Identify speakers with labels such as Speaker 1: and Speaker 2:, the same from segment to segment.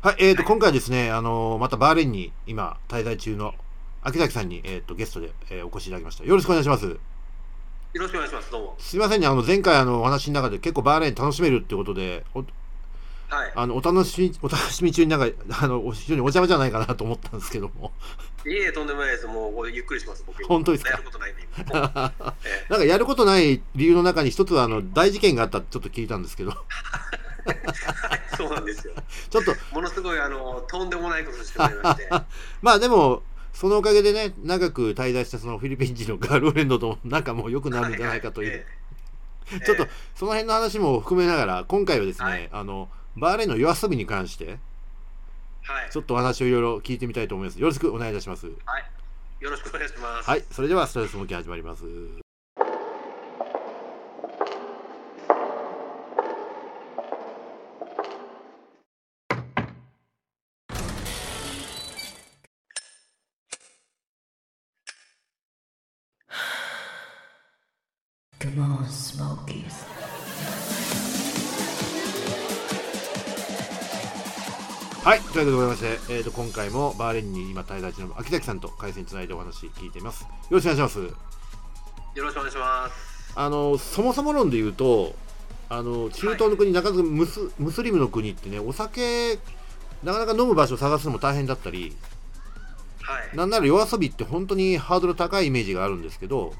Speaker 1: はい、えーと、今回ですね、あのーまたバーレンに今、滞在中の秋崎さんに、えー、とゲストで、えーお越しいただきました。よろしくお願いします。
Speaker 2: よろしくお願いします。どうも。
Speaker 1: すいませんね、あの前回あのお話の中で結構バーレン楽しめるってことで、お
Speaker 2: はい。
Speaker 1: あのお楽しみお楽しみ中になんか あのお非常にお邪魔じゃないかなと思ったんですけども、
Speaker 2: いえいえ、とんでもないです。もうこれゆっくりします。僕。
Speaker 1: 本当ですか
Speaker 2: やることないんで。今ええ
Speaker 1: なんかやることない理由の中に一つはあの大事件があったってちょっと聞いたんですけど、
Speaker 2: はいそうなんですよ。
Speaker 1: ちょっと
Speaker 2: ものすごいあのとんでもないことしてもらいま して。
Speaker 1: まあでも、そのおかげでね、長く滞在したそのフィリピン人のガールフレンドと仲も良くなるんじゃないかという、
Speaker 2: ええ。
Speaker 1: ちょっと
Speaker 2: え
Speaker 1: その辺の話も含めながら、今回はですね、
Speaker 2: はい
Speaker 1: あのバーレンの夜遊びに関して、
Speaker 2: えはい
Speaker 1: ち。ょっとお話をいろいろ聞いてみたいと思います。よろしくお願いいたします。
Speaker 2: よろしくお願いします。
Speaker 1: はい、それではストレス向き始まります。
Speaker 3: Come on, Smokies.
Speaker 1: はい、ということでございまして、えー、と今回もバーレンに今滞在中の秋崎さんと回線つないでお話聞いています。よろしくお願いします。
Speaker 2: よろしくお願いします。
Speaker 1: あのそもそも論で言うとあの中東の国、なかなかムスムスリムの国ってねお酒なかなか飲む場所を探すのも大変だったり
Speaker 2: はい。
Speaker 1: なんなら夜遊びって本当にハードル高いイメージがあるんですけど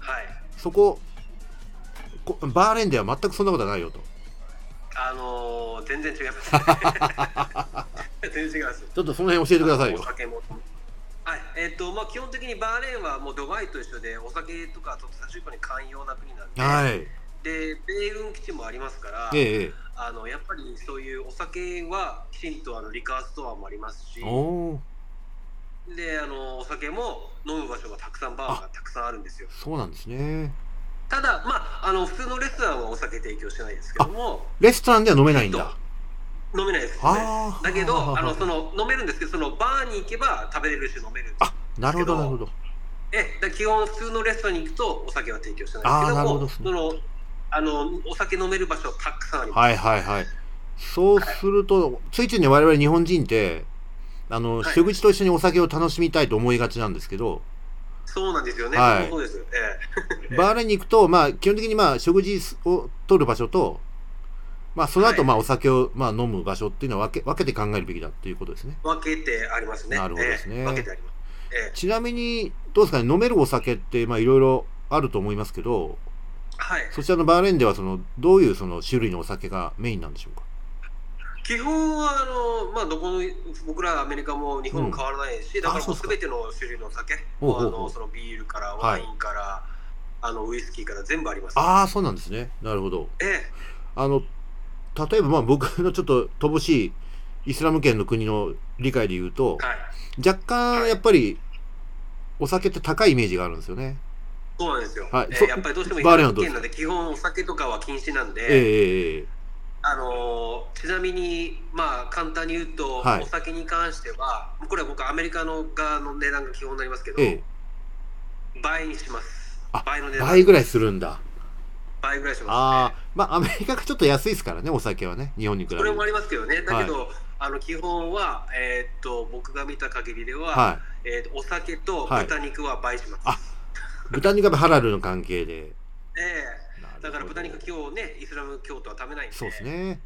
Speaker 2: はい。
Speaker 1: そここバーレンでは全くそんなことはないよと
Speaker 2: あのー全然違い ます。全然違います。
Speaker 1: ちょっとその辺教えてください
Speaker 2: お
Speaker 1: よ
Speaker 2: 酒も。はい、えっ、と、まあ、基本的にバーレーンはもうドバイと一緒で、お酒とか、ちょっと最終に寛容な国なんで。
Speaker 1: はい
Speaker 2: で、米軍基地もありますから。
Speaker 1: えええ
Speaker 2: あのやっぱりそういうお酒はきちんとあのリカーストアもありますし
Speaker 1: えおー
Speaker 2: であのお酒も飲む場所がたくさんバーがたくさんあるんですよ
Speaker 1: そうなんですね
Speaker 2: ただまああの普通のレストランはお酒提供してないですけども
Speaker 1: レストランでは飲めないんだ
Speaker 2: 飲めないですよね
Speaker 1: あー
Speaker 2: だけどあのその飲めるんですけどそのバーに行けば食べれるし飲めるんです
Speaker 1: なるほどなるほど
Speaker 2: えだから基本普通のレストランに行くとお酒は提供してないです
Speaker 1: あー
Speaker 2: け
Speaker 1: なる
Speaker 2: ど
Speaker 1: ほ
Speaker 2: も
Speaker 1: ど
Speaker 2: そのあのお酒飲める場所たくさんあります、
Speaker 1: はいはいはい。そうすると、ついついね、我々日本人って、あの、
Speaker 2: はい
Speaker 1: 食事と一緒にお酒を楽しみたいと思いがちなんですけど、
Speaker 2: そうなんですよね、
Speaker 1: はい
Speaker 2: そうです、ええ
Speaker 1: バーレンに行くと、まあ、基本的にまあ、食事を取る場所と、まあ、その後、
Speaker 2: はい
Speaker 1: まあ、お酒を、まあ、飲む場所っていうのは分け、分けて考えるべきだっていうことですね。
Speaker 2: 分けてありますね
Speaker 1: なるほどですね
Speaker 2: ええ分けてあります、ええ
Speaker 1: ちなみに、どうですかね、飲めるお酒って、まあ、いろいろあると思いますけど、
Speaker 2: はい
Speaker 1: そちらのバーレンでは、その、どういうその種類のお酒がメインなんでしょうか。
Speaker 2: 基本はあの、まあ、どこの僕らアメリカも日本も変わらないし、だから
Speaker 1: そ
Speaker 2: も
Speaker 1: うです
Speaker 2: う
Speaker 1: か
Speaker 2: 全ての種類のお酒
Speaker 1: ほうほうほう
Speaker 2: あのそのビールか
Speaker 1: は
Speaker 2: らワ
Speaker 1: い
Speaker 2: インから、あのウイスキーから全部あります。
Speaker 1: ああ、そうなんですね。なるほど。
Speaker 2: ええ
Speaker 1: あの例えばまあ僕のちょっと乏しいイスラム圏の国の理解で言うと
Speaker 2: はい、
Speaker 1: 若干やっぱりお酒って高いイメージがあるんですよね。
Speaker 2: そうなんですよ、
Speaker 1: はい
Speaker 2: ええ
Speaker 1: そ
Speaker 2: やっぱりどうしても
Speaker 1: バーレーンはどうです
Speaker 2: 県なんで基本お酒とかは禁止なんで、
Speaker 1: ええええ
Speaker 2: あのちなみに、まあ、簡単に言うと、
Speaker 1: はい
Speaker 2: お酒に関してはこれは僕アメリカの側の値段が基本になりますけど、
Speaker 1: ええ
Speaker 2: 倍にします
Speaker 1: あ
Speaker 2: 倍の
Speaker 1: ええ
Speaker 2: 値段
Speaker 1: 倍ぐらいするんだ。
Speaker 2: 倍ぐらいします、ね。
Speaker 1: ああまあアメリカがちょっと安いですからねお酒はね日本に比べ
Speaker 2: それ
Speaker 1: ると
Speaker 2: もあ。りますけどね、だけど、あの基本は、えーっと僕が見た限りでは、
Speaker 1: は
Speaker 2: えーっとお酒と
Speaker 1: はい
Speaker 2: 豚肉は倍します。
Speaker 1: あい、豚肉はハラルの関係で。
Speaker 2: え
Speaker 1: なるほど
Speaker 2: えだから豚肉、今日ね、イスラム教徒は食べないんで、
Speaker 1: そうですね。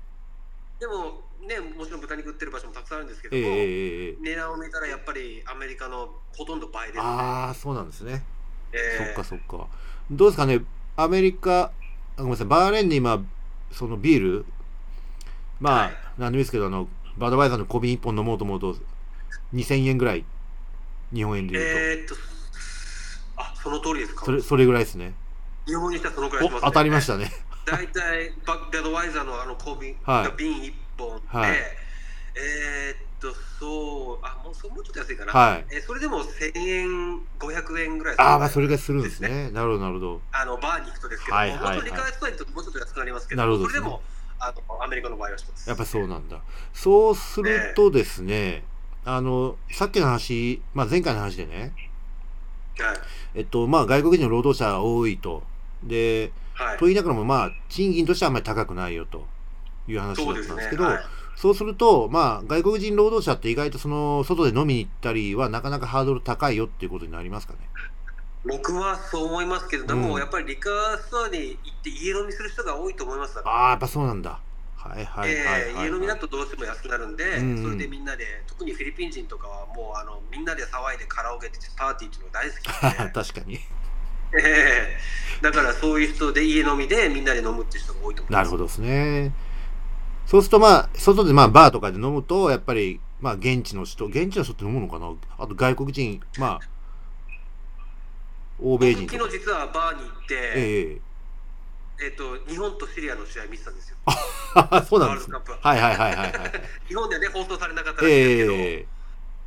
Speaker 2: でも、ね、もちろん豚肉売ってる場所もたくさんあるんですけど
Speaker 1: ええ
Speaker 2: も、
Speaker 1: ええええ
Speaker 2: 値段を見たらやっぱりアメリカのほとんど倍です、ね。
Speaker 1: ああそうなんですね。そ
Speaker 2: え
Speaker 1: っ
Speaker 2: え
Speaker 1: かそっか。どうですかね、アメリカ、あごめんなさい、バーレンで今、そのビール、まあ、
Speaker 2: はい
Speaker 1: 何でもいいですけど、あの、バドバイザーの小瓶1本飲もうと思うと、2000円ぐらい、日本円で言うと、
Speaker 2: えーっと、あその通りですか。
Speaker 1: それそれぐらいですね。
Speaker 2: 日本にしたらそのくらい
Speaker 1: お
Speaker 2: します、ね。
Speaker 1: 当たりましたね。
Speaker 2: 大体バベドワイザーのあの小瓶、
Speaker 1: はい
Speaker 2: 瓶1本で、
Speaker 1: はい
Speaker 2: えーっとそうあもうそうもうちょっと安いかな、
Speaker 1: はい。
Speaker 2: えーそれでも1000円500円ぐらい
Speaker 1: ああ、まあ、それ
Speaker 2: れ
Speaker 1: ぐらいするんですね。なるほど、なるほど。
Speaker 2: あのバーに行くとですけど、
Speaker 1: はいはいはい
Speaker 2: もうちょっとリカーストアに行くともうちょっと安くなりますけど
Speaker 1: なるほど
Speaker 2: それでもあのアメリカの場合はします
Speaker 1: やっぱそうなんだ。そうするとですね、あの、さっきの話、まあ、前回の話でね、
Speaker 2: はい
Speaker 1: えっと、まあ、外国人の労働者が多いと。で、
Speaker 2: はい
Speaker 1: と言いながらも、まあ、賃金としてはあんまり高くないよという話
Speaker 2: そ
Speaker 1: だっ
Speaker 2: う
Speaker 1: た
Speaker 2: です
Speaker 1: んで
Speaker 2: ね
Speaker 1: すけど、
Speaker 2: はい
Speaker 1: そうすると、まあ、外国人労働者って意外とその外で飲みに行ったりはなかなかハードル高いよっていうことになりますかね。
Speaker 2: 僕はそう思いますけど、で
Speaker 1: うん
Speaker 2: もやっぱりリカーストアに行って家飲みする人が多いと思います。
Speaker 1: ああ、やっぱそうなんだ。はいはいはい
Speaker 2: えー
Speaker 1: はい、
Speaker 2: 家飲
Speaker 1: は
Speaker 2: み
Speaker 1: い
Speaker 2: だとどうしても安くなるんで、
Speaker 1: うんうん
Speaker 2: それでみんなで特にフィリピン人とかはもうあのみんなで騒いでカラオケでパーティーっていうのが大好きなん で、
Speaker 1: 確かに。
Speaker 2: えーだからそういう人で家飲みでみんなで飲むっていう人が多いと思い
Speaker 1: な
Speaker 2: ま
Speaker 1: る
Speaker 2: す
Speaker 1: ほどですね。そうするとまあ、外でまあバーとかで飲むと、やっぱりまあ現地の人、現地の人って飲むのかなあと外国人、まあ、欧米人
Speaker 2: 僕
Speaker 1: と
Speaker 2: 昨
Speaker 1: か。
Speaker 2: 日実はバーに行って、え
Speaker 1: ええ
Speaker 2: っと日本とシリアの試合見てたんですよ。
Speaker 1: あそうなんですね
Speaker 2: ワールドカップ
Speaker 1: はいはいはいはい はい。
Speaker 2: 日本ではね放送されなかったらしいですけど、
Speaker 1: ええ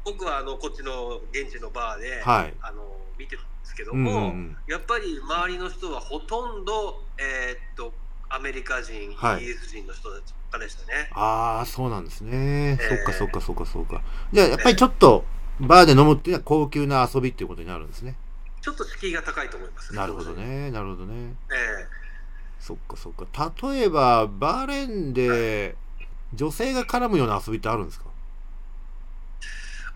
Speaker 2: 僕はあのこっちの現地のバーで、
Speaker 1: はい。
Speaker 2: あの見てたんですけど
Speaker 1: うんう
Speaker 2: も。
Speaker 1: んうん、
Speaker 2: やっぱり周りの人はほとんど、えーっとアメリカ人、
Speaker 1: はい
Speaker 2: イギリス人の人たちばっかりでしたね。
Speaker 1: ああ、そうなんですね。
Speaker 2: え
Speaker 1: そ
Speaker 2: え
Speaker 1: っかそっかそっかそっか。じゃあやっぱりちょっとバーで飲むっていうのは高級な遊びっていうことになるんですね。
Speaker 2: ちょっと敷居が高いと思います。
Speaker 1: なるほど。ね。なるほどね。
Speaker 2: え
Speaker 1: そっかそっか。例えば、バーレンで女性が絡むような遊びってあるん ですか
Speaker 2: え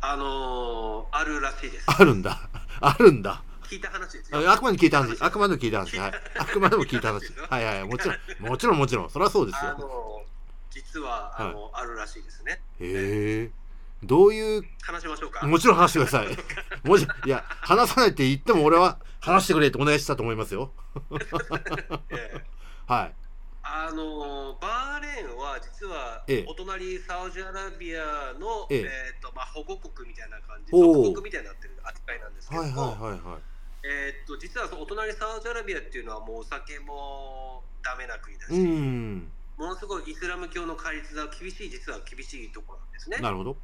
Speaker 2: あのーあるらしいです。
Speaker 1: あるんだ。あるんだ。
Speaker 2: 聞いた話ですよ。
Speaker 1: ああくまで聞いた話。あくまでも聞いた話。はい。あくまでも聞いた 話。はいはい。もちろん、もちろんもちろん。そりゃそうです
Speaker 2: あ
Speaker 1: よ。
Speaker 2: のー実はあの、あるらしいですね。
Speaker 1: へえ。どういう、
Speaker 2: 話しましょうか。
Speaker 1: もちろん話してください。もちろん、いや、話さないって言っても俺は話してくれってお願いしたと思いますよ。
Speaker 2: ええ
Speaker 1: はい。
Speaker 2: あのーバーレーンは実は
Speaker 1: ええ
Speaker 2: お隣サウジアラビアの、
Speaker 1: え
Speaker 2: え
Speaker 1: え
Speaker 2: ーっとまあ、保護国みたいな感じ、
Speaker 1: おう
Speaker 2: 保護国みたいになってる扱いなんですけど
Speaker 1: はい
Speaker 2: も、
Speaker 1: はいはいはい。
Speaker 2: えーっと実はそのお隣サウジアラビアっていうのはもうお酒もダメな国だし、
Speaker 1: うん。
Speaker 2: ものすごいイスラム教の戒律が厳しい実は厳しいところなんですね
Speaker 1: なるほど。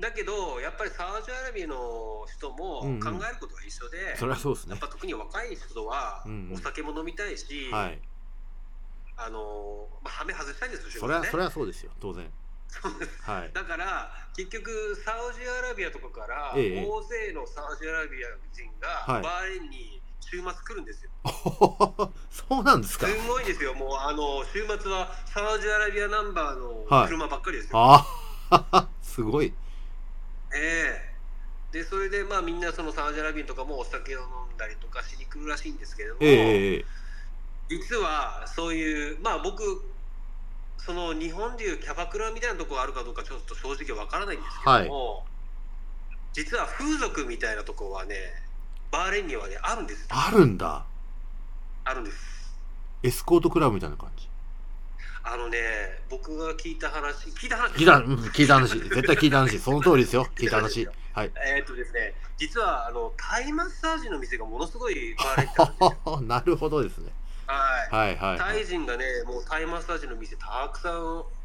Speaker 2: だけどやっぱりサウジアラビアの人も考
Speaker 1: うんうん
Speaker 2: えることが一緒で、
Speaker 1: そりゃそうです
Speaker 2: やっ
Speaker 1: ね。
Speaker 2: ぱ特に若い人は
Speaker 1: うんうん
Speaker 2: お酒も飲みたいし、
Speaker 1: はい。
Speaker 2: あのまあ、ハメ外したいんですよ、
Speaker 1: そりゃ、
Speaker 2: 正
Speaker 1: そ
Speaker 2: 直
Speaker 1: り
Speaker 2: ね
Speaker 1: ゃそうですよ。当然。
Speaker 2: そうです
Speaker 1: はい。
Speaker 2: だから結局サウジアラビアとかから大
Speaker 1: ええ
Speaker 2: 勢のサウジアラビア人
Speaker 1: は
Speaker 2: が
Speaker 1: い
Speaker 2: バーレンに週末来るんですよ。
Speaker 1: そうなんです
Speaker 2: す
Speaker 1: か。
Speaker 2: ごいですよ、もうあの週末はサウジアラビアナンバー
Speaker 1: は
Speaker 2: の
Speaker 1: い
Speaker 2: 車ばっかりですよ。
Speaker 1: ああ、 すごい。
Speaker 2: ええでそれで、まあ、みんなそのサウジアラビアとかもお酒を飲んだりとかしに来るらしいんですけれども、
Speaker 1: ええええ
Speaker 2: 実はそういう、まあ、僕、その日本でいうキャバクラみたいなところあるかどうかちょっと正直わからないんですけども、実は風俗みたいなところはね、バーレンにはね、あるんです。
Speaker 1: あるんだ。
Speaker 2: あるんです。
Speaker 1: エスコートクラブみたいな感じ。
Speaker 2: あのね、僕が聞いた話、聞いた話、
Speaker 1: 聞いた、うん聞いた話。絶対聞いた話。その通りですよ。聞いた話。はい。
Speaker 2: えーっとですね、実はあのタイマッサージの店がものすごいバーレンってあ るんですよ。
Speaker 1: あ なるほどですね。
Speaker 2: はい。
Speaker 1: はいはいは
Speaker 2: タ
Speaker 1: い。
Speaker 2: イ人がね、もうタイマッサージの店たくさん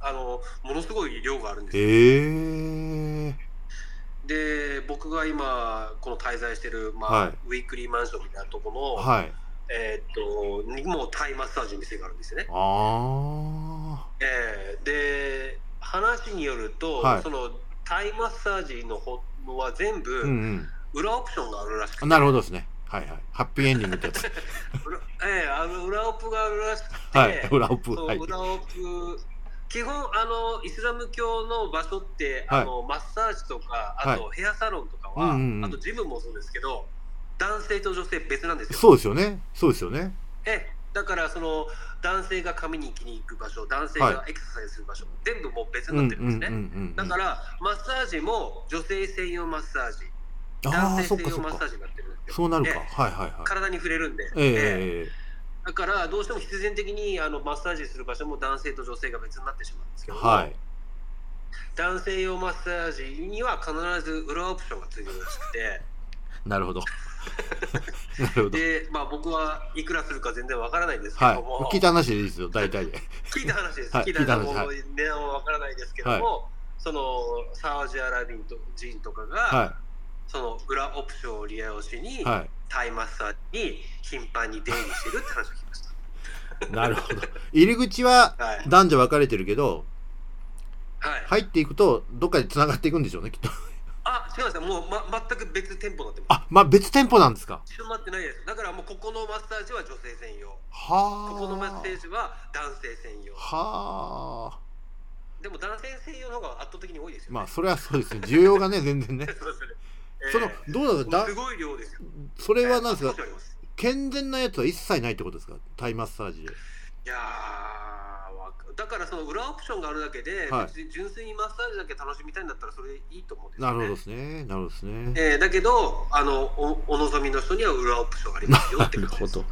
Speaker 2: あのものすごい量があるんですよ。
Speaker 1: ええ
Speaker 2: で、僕が今この滞在してるまあ、
Speaker 1: はい
Speaker 2: ウィークリーマンションみたいなところの、
Speaker 1: はい。
Speaker 2: えーっとにもうタイマッサージの店があるんですよね。
Speaker 1: あ
Speaker 2: えーで、話によると、
Speaker 1: はい
Speaker 2: そのタイマッサージのほのは全部
Speaker 1: あ。うん
Speaker 2: 裏オプションがあるらしくて
Speaker 1: うん。なるほどですね。はいはい。ハッピーエンディングってや つ。
Speaker 2: 裏ええあの裏オプがあるらしくて、
Speaker 1: はい。裏オプ。
Speaker 2: そう
Speaker 1: はい。
Speaker 2: 裏奥基本あのイスラム教の場所って、
Speaker 1: はい
Speaker 2: あのマッサージとかあとヘアサロンとか
Speaker 1: う
Speaker 2: は、
Speaker 1: んうんうん
Speaker 2: あとジムもそうですけど男性と女性別なんですよ
Speaker 1: そうですよね。そうですよね。
Speaker 2: ええだからその男性が髪に行きに行く場所男性がエクササイズする場所、全部もう別
Speaker 1: う
Speaker 2: に
Speaker 1: んう
Speaker 2: なんってるんですね、
Speaker 1: うんうん。
Speaker 2: だからマッサージも女性専用マッサージ
Speaker 1: あ
Speaker 2: 男
Speaker 1: あ、
Speaker 2: 性
Speaker 1: そっ
Speaker 2: 専
Speaker 1: か
Speaker 2: 用
Speaker 1: そっ
Speaker 2: マッサ
Speaker 1: か
Speaker 2: ー。ジになってるんですよ
Speaker 1: そうなるか。
Speaker 2: ええ
Speaker 1: はいはいはい。
Speaker 2: 体に触れるんで、
Speaker 1: ええ
Speaker 2: ええ
Speaker 1: ええ
Speaker 2: だからどうしても必然的にあのマッサージする場所も男性と女性が別になってしまうんですけども、
Speaker 1: はい。
Speaker 2: 男性用マッサージには必ず裏オプションがついてるらしくて
Speaker 1: な るほど。なるほど。
Speaker 2: で、まあ、僕はいくらするか全然わからないんですけ
Speaker 1: はい
Speaker 2: ども、。
Speaker 1: 聞いた話でいいですよ。大 体で。
Speaker 2: 聞いた話です、
Speaker 1: はい
Speaker 2: 聞いた
Speaker 1: 聞
Speaker 2: 話
Speaker 1: いた話は
Speaker 2: 値段はわからないですけども、そのサウジアラビンと人とかが、
Speaker 1: は
Speaker 2: その裏オプションを利用しに、
Speaker 1: い。はい。
Speaker 2: タイマッサージに頻繁に出入りしてるって話を聞きまし
Speaker 1: なるほど。入り口は
Speaker 2: た。はい、
Speaker 1: 男女分かれてるけど、
Speaker 2: はい
Speaker 1: 入っていくと、どっかで繋がっていくんでしょうね、きっと。
Speaker 2: あ違いますもう、ま、全く別店舗になってます。
Speaker 1: あ、まあ、別店舗なんですか。
Speaker 2: 一緒になってないです。だからもうここのマッサージは女性専用、
Speaker 1: はあ。
Speaker 2: ここのマッサージは男性専用。
Speaker 1: はあ。
Speaker 2: でも男性専用の方が圧倒的に多いですよ、ね。
Speaker 1: まあそれはそうですね需要がね全然ね
Speaker 2: そうですね
Speaker 1: その
Speaker 2: ええ
Speaker 1: どうなんですか
Speaker 2: す
Speaker 1: だ
Speaker 2: ごい量ですよ。
Speaker 1: それはなんです
Speaker 2: あ
Speaker 1: か
Speaker 2: ちこちあります
Speaker 1: 健全なやつは一切ないってことですかタイマッサージで
Speaker 2: いやーわかだからその裏オプションがあるだけで、
Speaker 1: はい
Speaker 2: 別に純粋にマッサージだけ楽しみたいんだったらそれでいいと思うんですよ
Speaker 1: な
Speaker 2: ね、
Speaker 1: るほどですねなるほどですね
Speaker 2: えーだけどあのおお望みの人には裏オプションありますよってことです
Speaker 1: な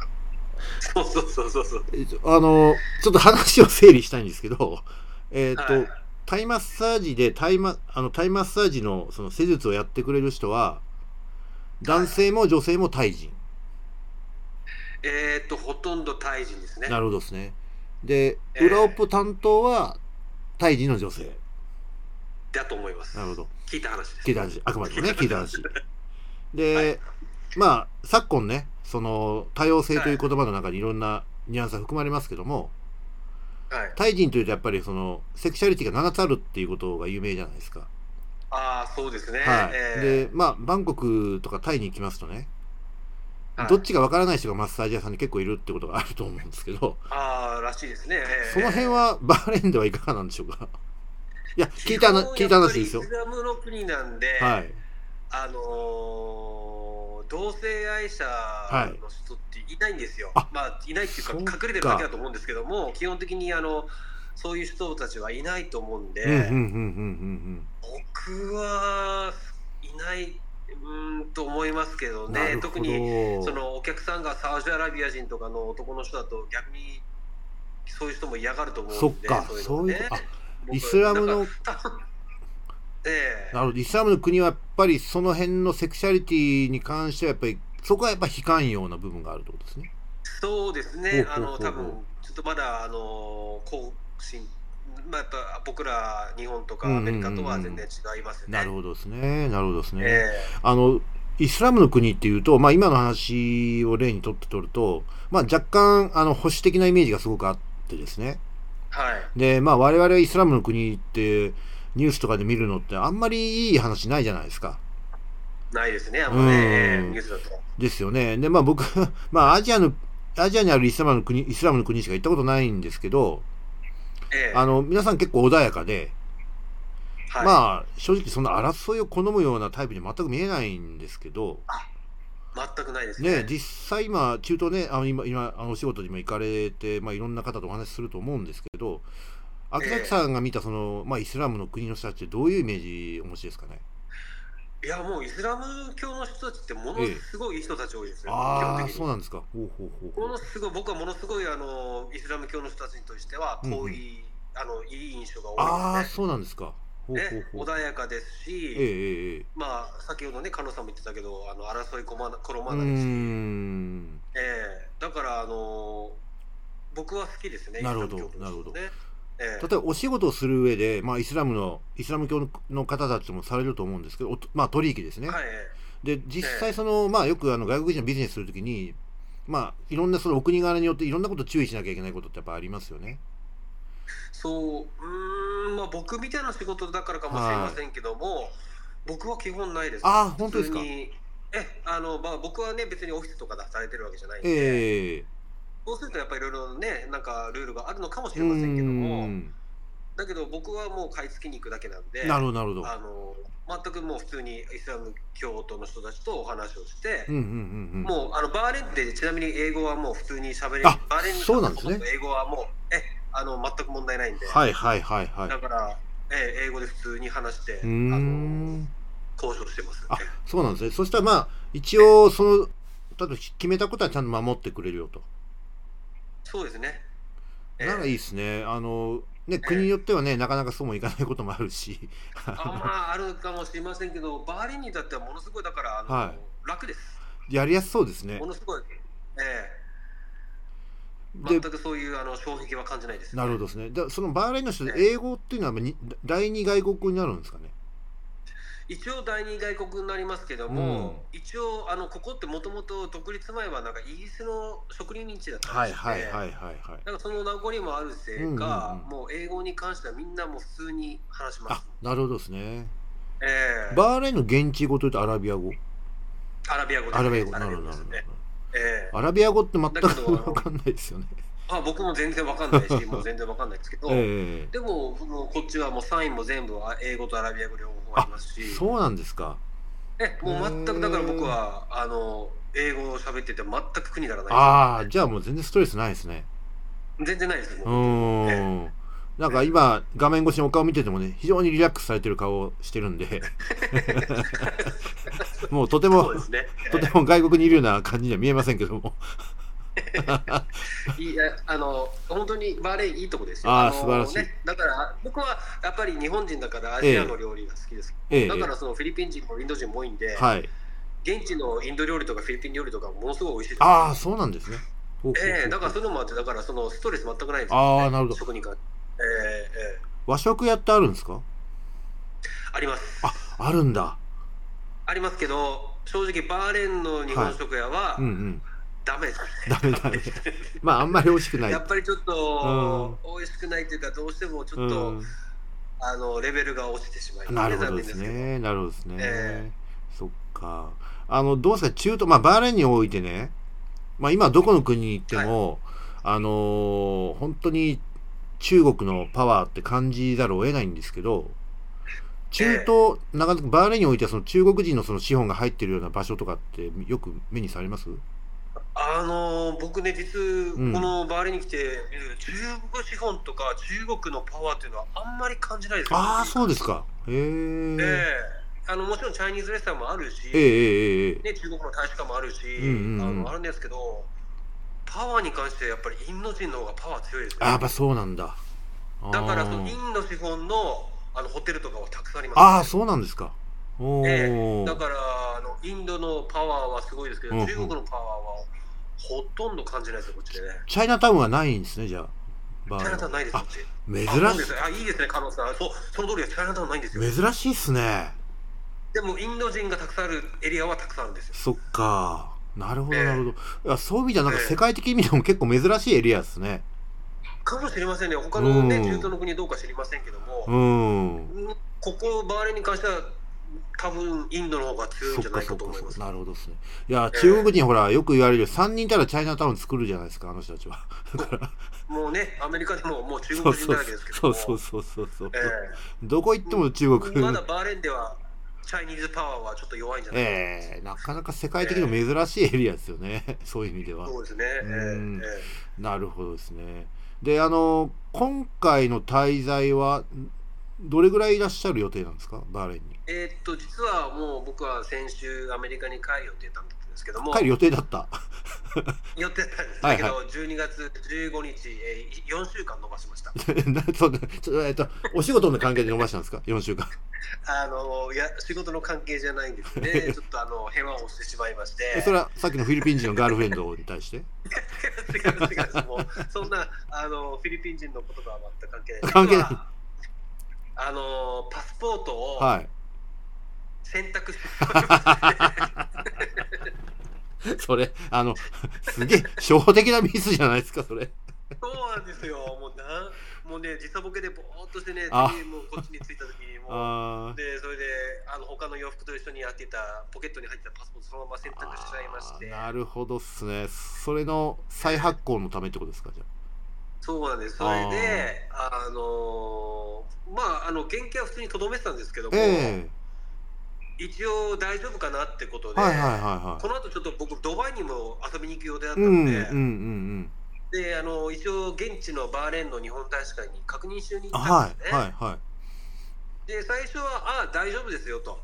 Speaker 2: そうそうそうそうそう
Speaker 1: えっとあのちょっと話を整理したいんですけどえっと、
Speaker 2: はい
Speaker 1: タイマッサージでタイマあのタイマッサージのその施術をやってくれる人は男性も女性もタイ人、
Speaker 2: えーっとほとんどタイ人ですね
Speaker 1: なるほどですねで、
Speaker 2: ええ
Speaker 1: 裏オプ担当はタイ人の女性
Speaker 2: だと思います
Speaker 1: なるほど
Speaker 2: 聞いた話です
Speaker 1: 聞いた話あくまで もね聞いた話で、まあ昨今ねその多様性という言葉の中にいろんなニュアンスが含まれますけども、
Speaker 2: はい、
Speaker 1: タイ人というとやっぱりそのセクシャリティが7つあるっていうことが有名じゃないですか。
Speaker 2: ああそうですね、
Speaker 1: はい。
Speaker 2: え
Speaker 1: で、まあ、バンコクとかタイに行きますとね、
Speaker 2: ーはい
Speaker 1: どっちがわからない人がマッサージ屋さんに結構いるってことがあると思うんですけど、
Speaker 2: ああらしいですね、えー
Speaker 1: その辺はバーレーンではいかがなんでしょう か。いや、聞いた話、聞いた話ですよ
Speaker 2: 基。本やっぱりイスラムの国なんで、
Speaker 1: はい。
Speaker 2: あのー同性愛者の人っていないんですよ、
Speaker 1: はい
Speaker 2: まあ、いないっていうか、
Speaker 1: そう
Speaker 2: 隠
Speaker 1: か
Speaker 2: れてるだけだと思うんですけども、基本的にあのそういう人たちはいないと思うんで、
Speaker 1: うんうんうんうんうん
Speaker 2: 僕はいないうんと思いますけど
Speaker 1: うん。な
Speaker 2: ね
Speaker 1: る、
Speaker 2: 特
Speaker 1: ほ
Speaker 2: に
Speaker 1: ど。
Speaker 2: そのお客さんがサウジアラビア人とかの男の人だと、逆にそういう人も嫌がると思
Speaker 1: そ
Speaker 2: うん
Speaker 1: っ
Speaker 2: で、
Speaker 1: か、
Speaker 2: の
Speaker 1: そう
Speaker 2: ね
Speaker 1: いうこと。あ、
Speaker 2: 僕
Speaker 1: イスラム
Speaker 2: なん
Speaker 1: の
Speaker 2: か、多分ええ
Speaker 1: なるほど、イスラムの国はやっぱりその辺のセクシャリティに関しては、やっぱり、そこはやっぱ非寛容な部分があるってことですね。
Speaker 2: そうですね、あ
Speaker 1: ほ
Speaker 2: の
Speaker 1: うほうほう
Speaker 2: 多分ちょっとまだあの後進、まあ、やっぱ僕ら日本とか
Speaker 1: うん
Speaker 2: ア
Speaker 1: うんうん
Speaker 2: メ
Speaker 1: うん
Speaker 2: リカとは全然違いますよね。
Speaker 1: なるほどですね。なるほどですね。
Speaker 2: え
Speaker 1: あのイスラムの国っていうと、まあ、今の話を例にとってとると、まあ、若干あの保守的なイメージがすごくあってですね
Speaker 2: えはい、
Speaker 1: で、まあ、我々イスラムの国ってニュースとかで見るのってあんまりいい話ないじゃないですか
Speaker 2: ないですね、あんまね、
Speaker 1: うん
Speaker 2: ニュースだと。
Speaker 1: ですよねでまあ僕 まあアジアのアジアにあるイスラムの国イスラムの国しか行ったことないんですけど
Speaker 2: ええ
Speaker 1: あの皆さん結構穏やかで、
Speaker 2: はい
Speaker 1: まあ正直そんな争いを好むようなタイプに全く見えないんですけど
Speaker 2: 全くないですね。
Speaker 1: ね、実際今、中東ね、あの今、今あのお仕事にも行かれて、まあ、いろんな方とお話しすると思うんですけど、秋崎さんが見たその、まあ、イスラムの国の人たちって、どういうイメージお持ちですかね。
Speaker 2: いや、もうイスラム教の人たちってものすごいいい人たち多いですよ、
Speaker 1: あ
Speaker 2: 基本
Speaker 1: あ、
Speaker 2: 的
Speaker 1: そ
Speaker 2: に。
Speaker 1: うなんですか。ほうほうほ
Speaker 2: も
Speaker 1: うほ
Speaker 2: のすごい僕はものすごいあのイスラム教の人たちにとしては、
Speaker 1: うんうん
Speaker 2: 好意、あのいい印象が
Speaker 1: あ
Speaker 2: 多い
Speaker 1: あ、
Speaker 2: ですね。
Speaker 1: そうなんですか。ほうほ
Speaker 2: ね
Speaker 1: うほう。
Speaker 2: 穏やかですし、
Speaker 1: えええええ
Speaker 2: まあ、先ほどね、カノさんも言ってたけど、あの争いこまな転
Speaker 1: え。う
Speaker 2: ま
Speaker 1: ー
Speaker 2: ないし、
Speaker 1: ん。
Speaker 2: ええだから、あの僕は好きですね、
Speaker 1: なるほど
Speaker 2: イスラム教徒
Speaker 1: なるほど
Speaker 2: ねえ
Speaker 1: 例えばお仕事をする上で、まあ、イスラムの、イスラム教の方たちもされると思うんですけど、おとまあ、取引です
Speaker 2: え
Speaker 1: ね。
Speaker 2: はい、
Speaker 1: で実際その、まあ、よくあの外国人のビジネスするときに、まあ、いろんなそのお国柄によっていろんなこと注意しなきゃいけないことってやっぱありますよね。
Speaker 2: そう、うーん、まあ、僕みたいな仕事だからかもしれませんけども、僕は基本ないです。
Speaker 1: あー本当ですか
Speaker 2: 普通にえあのまあ、僕はね、別にオフィスとかで働いてるわけじゃないんで、
Speaker 1: ええ
Speaker 2: そうするとやっぱりいろいろね、なんかルールがあるのかもし
Speaker 1: う
Speaker 2: れませんけど
Speaker 1: ー
Speaker 2: も、
Speaker 1: ん
Speaker 2: だけど僕はもう買い付けに行くだけなんで、
Speaker 1: なるほどなるほど。
Speaker 2: あの全くもう普通にイスラム教徒の人たちとお話をして、
Speaker 1: うんうんうんうん。
Speaker 2: もうあのバーレンってちなみに英語はもう普通に喋れる
Speaker 1: あ
Speaker 2: バーレン
Speaker 1: そうなんですね
Speaker 2: 英語はもうえあの全く問題ないんで、
Speaker 1: はいはいはいはい。
Speaker 2: だから、え英語で普通に話して
Speaker 1: うー
Speaker 2: あ
Speaker 1: ん
Speaker 2: の交渉してます、ね
Speaker 1: あそうなんですね。そしたらまあ一応その例えば決めたことはちゃんと守ってくれるよと。
Speaker 2: そうですねええ
Speaker 1: なんかいいですね。あのね国によってはねなかなかそうもいかないこともあるし。
Speaker 2: あまああるかもしれませんけどバーレンに至ってはものすごいだからあの、
Speaker 1: はい
Speaker 2: 楽です
Speaker 1: やりやすそうですね
Speaker 2: も。のすごい、ええ
Speaker 1: で
Speaker 2: 全くそういうあの障壁は感じないです、
Speaker 1: なるほどですね。だそのバーレーンの人
Speaker 2: え、え
Speaker 1: 英語っていうのはまあに第二外国語になるんですかね。
Speaker 2: 一応第二外国になりますけども、一応あのここってもともと独立前はなんかイギリスの植民地だったん
Speaker 1: は
Speaker 2: で
Speaker 1: い
Speaker 2: す
Speaker 1: はいはいはいはい。
Speaker 2: なんかその名残もあるせいか、
Speaker 1: うんうんうん
Speaker 2: もう英語に関してはみんなもう普通に話しま
Speaker 1: あ
Speaker 2: す。、
Speaker 1: なるほどですね。
Speaker 2: ええ
Speaker 1: バーレーンの現地語というとアラビア語。
Speaker 2: アラビア語です
Speaker 1: ア
Speaker 2: ね
Speaker 1: ラビア語、なるほど
Speaker 2: ア
Speaker 1: なる
Speaker 2: ラ
Speaker 1: ほ
Speaker 2: ビ
Speaker 1: ど
Speaker 2: アですね。ええ
Speaker 1: アラビア語って全
Speaker 2: だけ
Speaker 1: く
Speaker 2: ど
Speaker 1: わかんないですよね。
Speaker 2: まあ、僕も全然わかんないし、もう全然わかんないですけど、
Speaker 1: ええ
Speaker 2: でも、そのこっちはもうサインも全部英語とアラビア語両方ありますし、
Speaker 1: そうなんですか。
Speaker 2: ね、もう全くだから僕は、あの、英語を喋ってて全く苦にならない
Speaker 1: ああ、じゃあもう全然ストレスないですね。
Speaker 2: です。全然ないです
Speaker 1: う
Speaker 2: もん。
Speaker 1: ーん。なんか今、画面越しにお顔見ててもね、非常にリラックスされてる顔をしてるん で、もうとても
Speaker 2: そう、ですね。
Speaker 1: とても外国にいるような感じには見えませんけども。
Speaker 2: いやあの本当にバーレーンいいとこですよ。
Speaker 1: あー
Speaker 2: の
Speaker 1: 素晴らしい
Speaker 2: ね、だから僕はやっぱり日本人だからアジアの料理が好きです。
Speaker 1: ええ
Speaker 2: だからそのフィリピン人もインド人も多いんで、
Speaker 1: はい。
Speaker 2: 現地のインド料理とかフィリピン料理とかものすごい美味しいです。
Speaker 1: ああ、そうなんですね。ほうほうほう
Speaker 2: ええだからそういうのもあってだからそのストレス全くないです、
Speaker 1: ああ、なるほど。
Speaker 2: 食に関ええええ
Speaker 1: 和食屋ってあるんですか
Speaker 2: あります
Speaker 1: あ、あるんだ。
Speaker 2: ありますけど正直バーレーンの日本食屋は
Speaker 1: うんうん。
Speaker 2: ダメです、
Speaker 1: ダメ ダメ。まあ、あんまり美味しくない。
Speaker 2: やっぱりちょっと美味しくないというかどうしてもちょっと、
Speaker 1: う
Speaker 2: あのレベルが落ちてしまい
Speaker 1: ん、
Speaker 2: ま
Speaker 1: な
Speaker 2: す
Speaker 1: るほど
Speaker 2: 残念
Speaker 1: です
Speaker 2: けど
Speaker 1: ね。なるほどですね。
Speaker 2: え
Speaker 1: そっか。あの、どうですか、中東、まあ、バーレンにおいてね、まあ、今、どこの国に行っても、あのー本当に中国のパワーって感じざるを得ないんですけど、中東、なかなかバーレンにおいてはその中国人のその資本が入ってるような場所とかってよく目にされます
Speaker 2: あのー僕ね、実、
Speaker 1: ん
Speaker 2: このバーレーンに来て、中国資本とか中国のパワーっていうのはあんまり感じないですよ
Speaker 1: ああ、そうですか。へー
Speaker 2: ええあのもちろんチャイニーズレストランもあるし、
Speaker 1: ええええええ
Speaker 2: ね、中国の大使館もあるし、
Speaker 1: うんうんうん
Speaker 2: あのあるんですけど、パワーに関してやっぱりインド人の方がパワー強いですね
Speaker 1: あやっぱそうなんだ。あー
Speaker 2: だからそのインド資本のあのホテルとかはたくさんあります、
Speaker 1: ああ、そうなんですか。おー
Speaker 2: えだからあのインドのパワーはすごいですけど、
Speaker 1: うんうん
Speaker 2: 中国のパワーはほとんど感じないですよ、こっちでね。
Speaker 1: チャイナタウンはないんですね、じゃあ。バ
Speaker 2: チャイナタウンないです、こ
Speaker 1: あ
Speaker 2: っち。
Speaker 1: 珍
Speaker 2: あそうですあいいですね、カノンさん。そう、その通りはチャイナタウンないんですよ。
Speaker 1: し珍しいっすね。
Speaker 2: でも、インド人がたくさんあるエリアはたくさんあるんですよ。
Speaker 1: そっか。なるほど、
Speaker 2: ええ
Speaker 1: なるほど。いやそういう意味じゃ、なんか
Speaker 2: ええ
Speaker 1: 世界的に見ても結構珍しいエリアですね。
Speaker 2: かもしれませんね、他のね、
Speaker 1: うん
Speaker 2: 中東の国どうか知りませんけど
Speaker 1: う
Speaker 2: も、
Speaker 1: ん。
Speaker 2: うんここ、バーレーンに関しては、多分インドの方が強いん
Speaker 1: そ
Speaker 2: じ
Speaker 1: っ
Speaker 2: ゃな
Speaker 1: か
Speaker 2: い
Speaker 1: そ
Speaker 2: か
Speaker 1: っ
Speaker 2: と
Speaker 1: か
Speaker 2: 思い
Speaker 1: そ
Speaker 2: ま
Speaker 1: っ
Speaker 2: す。
Speaker 1: か。なるほどですね。いや、
Speaker 2: ええ
Speaker 1: 中国人ほら、よく言われるよ。3人いたらチャイナタウン作るじゃないですか、あの人たちは。だから、
Speaker 2: もうね、アメリカでももう中
Speaker 1: そう
Speaker 2: 国人
Speaker 1: そう
Speaker 2: だらけですけど
Speaker 1: そう
Speaker 2: も、
Speaker 1: そうそうそうそう。
Speaker 2: え
Speaker 1: どこ行っても中
Speaker 2: え
Speaker 1: 国。
Speaker 2: まだバーレーンでは、チャイニーズパワーはちょっと弱いんじゃないかな
Speaker 1: ええなかなか世界的にも珍しいエリアですよね、そういう意味では。
Speaker 2: そうですね、え
Speaker 1: うん
Speaker 2: えええ
Speaker 1: なるほどですね。で、あの、今回の滞在は、んどれぐらいいらっしゃる予定なんですか、バーレンに。
Speaker 2: えーっと実はもう僕は先週アメリカに帰る予定だったんですけども
Speaker 1: 帰る予定だった。
Speaker 2: 予定だったんです
Speaker 1: は
Speaker 2: だ
Speaker 1: い
Speaker 2: け
Speaker 1: は
Speaker 2: ど、
Speaker 1: い
Speaker 2: 12月15日、えー、4週間延ばしました
Speaker 1: なそんなちょえっと、お仕事の関係で伸ばしたんですか、4週間。
Speaker 2: あのいや仕事の関係じゃないんです ねちょっとあの変話をしてしまいまして
Speaker 1: えそれはさっきのフィリピン人のガールフレンドに対して。
Speaker 2: 違う違う違うもうそんなあのフィリピン人のこととは全く関係ない
Speaker 1: 関係ない
Speaker 2: 実はあのパスポートを
Speaker 1: はい。
Speaker 2: 選択してしまいま して、
Speaker 1: それ、あの、 すげえ、初歩的なミスじゃないですか、それ。
Speaker 2: そうなんですよもうなんもうね時差ボケでぼーっとしてね
Speaker 1: あ
Speaker 2: 次もうこっちに着いた時にもう
Speaker 1: あー
Speaker 2: でそれであの他の洋服と一緒にやってたポケットに入ってたパスポートそのまま選択しちゃいまして
Speaker 1: あーなるほどっすね。それの再発行のためってことですか、じゃあ。
Speaker 2: そうなんですそれであのーまああの原型は普通にとどめてたんですけども、
Speaker 1: え
Speaker 2: 一応大丈夫かなってこと
Speaker 1: え
Speaker 2: で、
Speaker 1: はいはいは
Speaker 2: この後ちょっと僕ドバイにも遊びに行く予定だっ
Speaker 1: いはい。
Speaker 2: た
Speaker 1: うんんうん
Speaker 2: で,、
Speaker 1: うんうん。
Speaker 2: であの一応現地のバーレーンの日本大使館に確認しに行ったん
Speaker 1: は
Speaker 2: ですね、
Speaker 1: いはいはい。
Speaker 2: で最初は「あ大丈夫ですよ」と。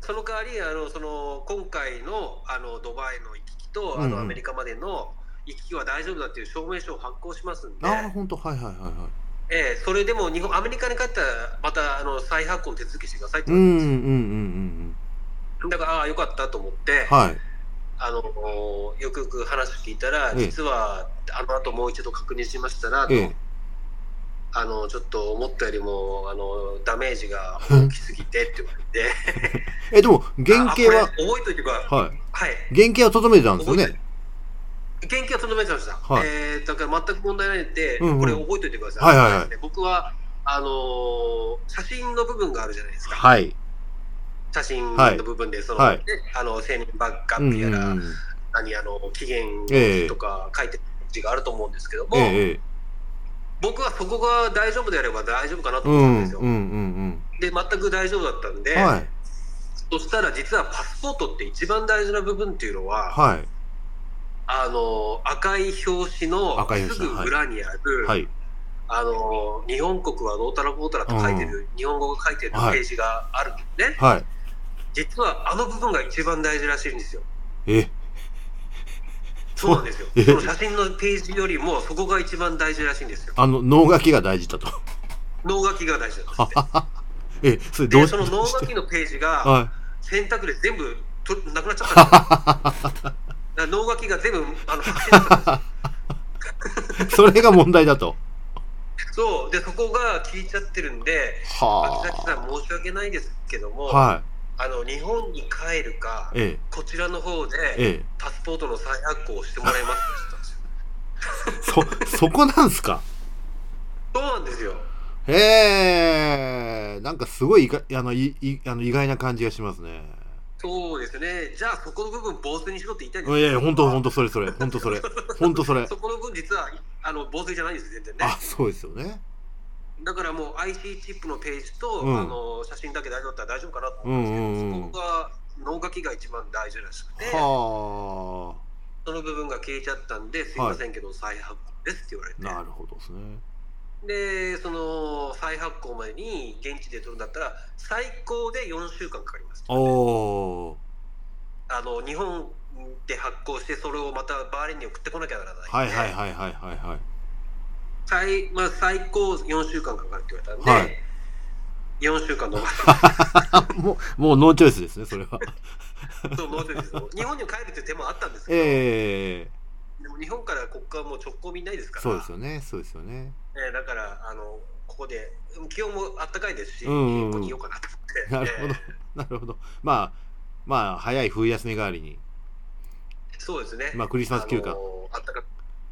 Speaker 2: その代わりあのその今回のあのドバイの行き来と
Speaker 1: う
Speaker 2: あ
Speaker 1: んうん
Speaker 2: のアメリカまでの行き来は大丈夫だっていう証明書を発行しますんで、
Speaker 1: ああ、本当はいはいはいはい。
Speaker 2: ええそれでも日本アメリカに帰ったらまたあの再発行の手続きしてくださいって
Speaker 1: うん
Speaker 2: 言
Speaker 1: う
Speaker 2: わ
Speaker 1: んうんうんうん。
Speaker 2: れたんですだからああよかったと思って、
Speaker 1: はい。
Speaker 2: あのよくよく話聞いたら
Speaker 1: ええ
Speaker 2: 実はあの後もう一度確認しましたら、
Speaker 1: ええ。
Speaker 2: あのちょっと思ったよりもあのダメージが大きすぎてって言われて
Speaker 1: え、でも、 原型
Speaker 2: あ
Speaker 1: は
Speaker 2: こ、れ覚えといてください
Speaker 1: はい。
Speaker 2: はい
Speaker 1: 原型はとどめてたんですよ
Speaker 2: 覚
Speaker 1: ね。
Speaker 2: 原型はとどめてました、
Speaker 1: はい
Speaker 2: えーだから全く問題ないんで、
Speaker 1: うんうん
Speaker 2: これ覚えておいてください、
Speaker 1: はいはいはい
Speaker 2: で僕はあのー写真の部分があるじゃないですか、
Speaker 1: はい。
Speaker 2: 写真
Speaker 1: はい
Speaker 2: の部分でその、
Speaker 1: はい
Speaker 2: ねあの生年月
Speaker 1: うん
Speaker 2: 日
Speaker 1: う
Speaker 2: やら、
Speaker 1: んうん。
Speaker 2: 何あの期限
Speaker 1: ええ
Speaker 2: とか書いてあるジがあると思うんですけども、
Speaker 1: えええ
Speaker 2: 僕はそこが大丈夫であれば大丈夫かなと
Speaker 1: うんう
Speaker 2: 思ったんで
Speaker 1: ん
Speaker 2: すよ。
Speaker 1: うん
Speaker 2: で全く大丈夫だったんで、
Speaker 1: うんはい
Speaker 2: そしたら実はパスポートって一番大事な部分っていうのは、
Speaker 1: はい
Speaker 2: あの赤い表紙の
Speaker 1: 赤い表
Speaker 2: す
Speaker 1: 紙
Speaker 2: ぐ
Speaker 1: はい
Speaker 2: 裏にある、
Speaker 1: はい
Speaker 2: あの日本国はどうたらこうたらと書いてる、日本語が書いてるペ
Speaker 1: はい
Speaker 2: ージがあるんですね、
Speaker 1: はい
Speaker 2: 実はあの部分が一番大事らしいんですよ。
Speaker 1: え
Speaker 2: そうなんですよ。
Speaker 1: え
Speaker 2: その写真のページよりもそこが一番大事らしいんですよ。
Speaker 1: あの脳書きが大事だと
Speaker 2: 脳書きが大事なんですっ
Speaker 1: えそれ
Speaker 2: て。
Speaker 1: ど
Speaker 2: で、
Speaker 1: う
Speaker 2: その脳書きのページが
Speaker 1: は
Speaker 2: 選択で全部となくなっちゃったんですよ。だ から脳書きが全部あの発見されたんですよ
Speaker 1: いそれが問題だと
Speaker 2: そうでそこが効いちゃってるんで、秋崎
Speaker 1: は
Speaker 2: さん申し訳ないですけども、
Speaker 1: あは
Speaker 2: あの日本に帰るか
Speaker 1: いえ
Speaker 2: こちらの方
Speaker 1: え
Speaker 2: で
Speaker 1: ええ
Speaker 2: パスポートの再発行をしてもらいますって言ったんです
Speaker 1: そ
Speaker 2: よ。
Speaker 1: そこなんすか
Speaker 2: そうなんです よ。
Speaker 1: へえなんかすごい意外あのいいあの意外な感じがしますね
Speaker 2: そうですね。じゃあそこの部分防水にしろって言いたいん
Speaker 1: い
Speaker 2: です
Speaker 1: やいや本当本
Speaker 2: 当。
Speaker 1: 当それそれ本当それ本当それ
Speaker 2: そこの部分実はあの防水じゃないんです全然ね。
Speaker 1: あそうですよね
Speaker 2: だからもう IC チップのページと、
Speaker 1: うん
Speaker 2: あの写真だけ大丈夫だったら大丈夫かなと思うんですけど、
Speaker 1: うんうんうん
Speaker 2: そこが脳書きが一番大事らしくて、
Speaker 1: は
Speaker 2: その部分が消えちゃったんで、すいませんけど再発行ですって言われ
Speaker 1: あ
Speaker 2: て。
Speaker 1: なるほどですね
Speaker 2: でその再発行までに現地で取るんだったら最高で4週間かかります
Speaker 1: おお
Speaker 2: あの日本で発行してそれをまたバーレンに送ってこなきゃならないんで
Speaker 1: はいはいはいはいはいはい
Speaker 2: 最,、まあ、最高4週間かかるって言われたんで、
Speaker 1: はい
Speaker 2: 4週間の
Speaker 1: あ もうもうノーチョイスですねそれは
Speaker 2: そうもうちょいですよ日本にも帰るっていう手もあったんですけど、
Speaker 1: ええ
Speaker 2: でも日本からここからもう直行便ないですから
Speaker 1: そうですよねそうですよね
Speaker 2: えーだからあのここでうん気温もあったかいですし、
Speaker 1: う
Speaker 2: こ
Speaker 1: んうんうん
Speaker 2: こにいようかなと
Speaker 1: な
Speaker 2: 思っ
Speaker 1: る
Speaker 2: て、
Speaker 1: ほ
Speaker 2: え
Speaker 1: どなるほどまあまあ早い冬休み代わりに
Speaker 2: ーそうですね、
Speaker 1: まあクリスマス休暇
Speaker 2: あのーあったかく、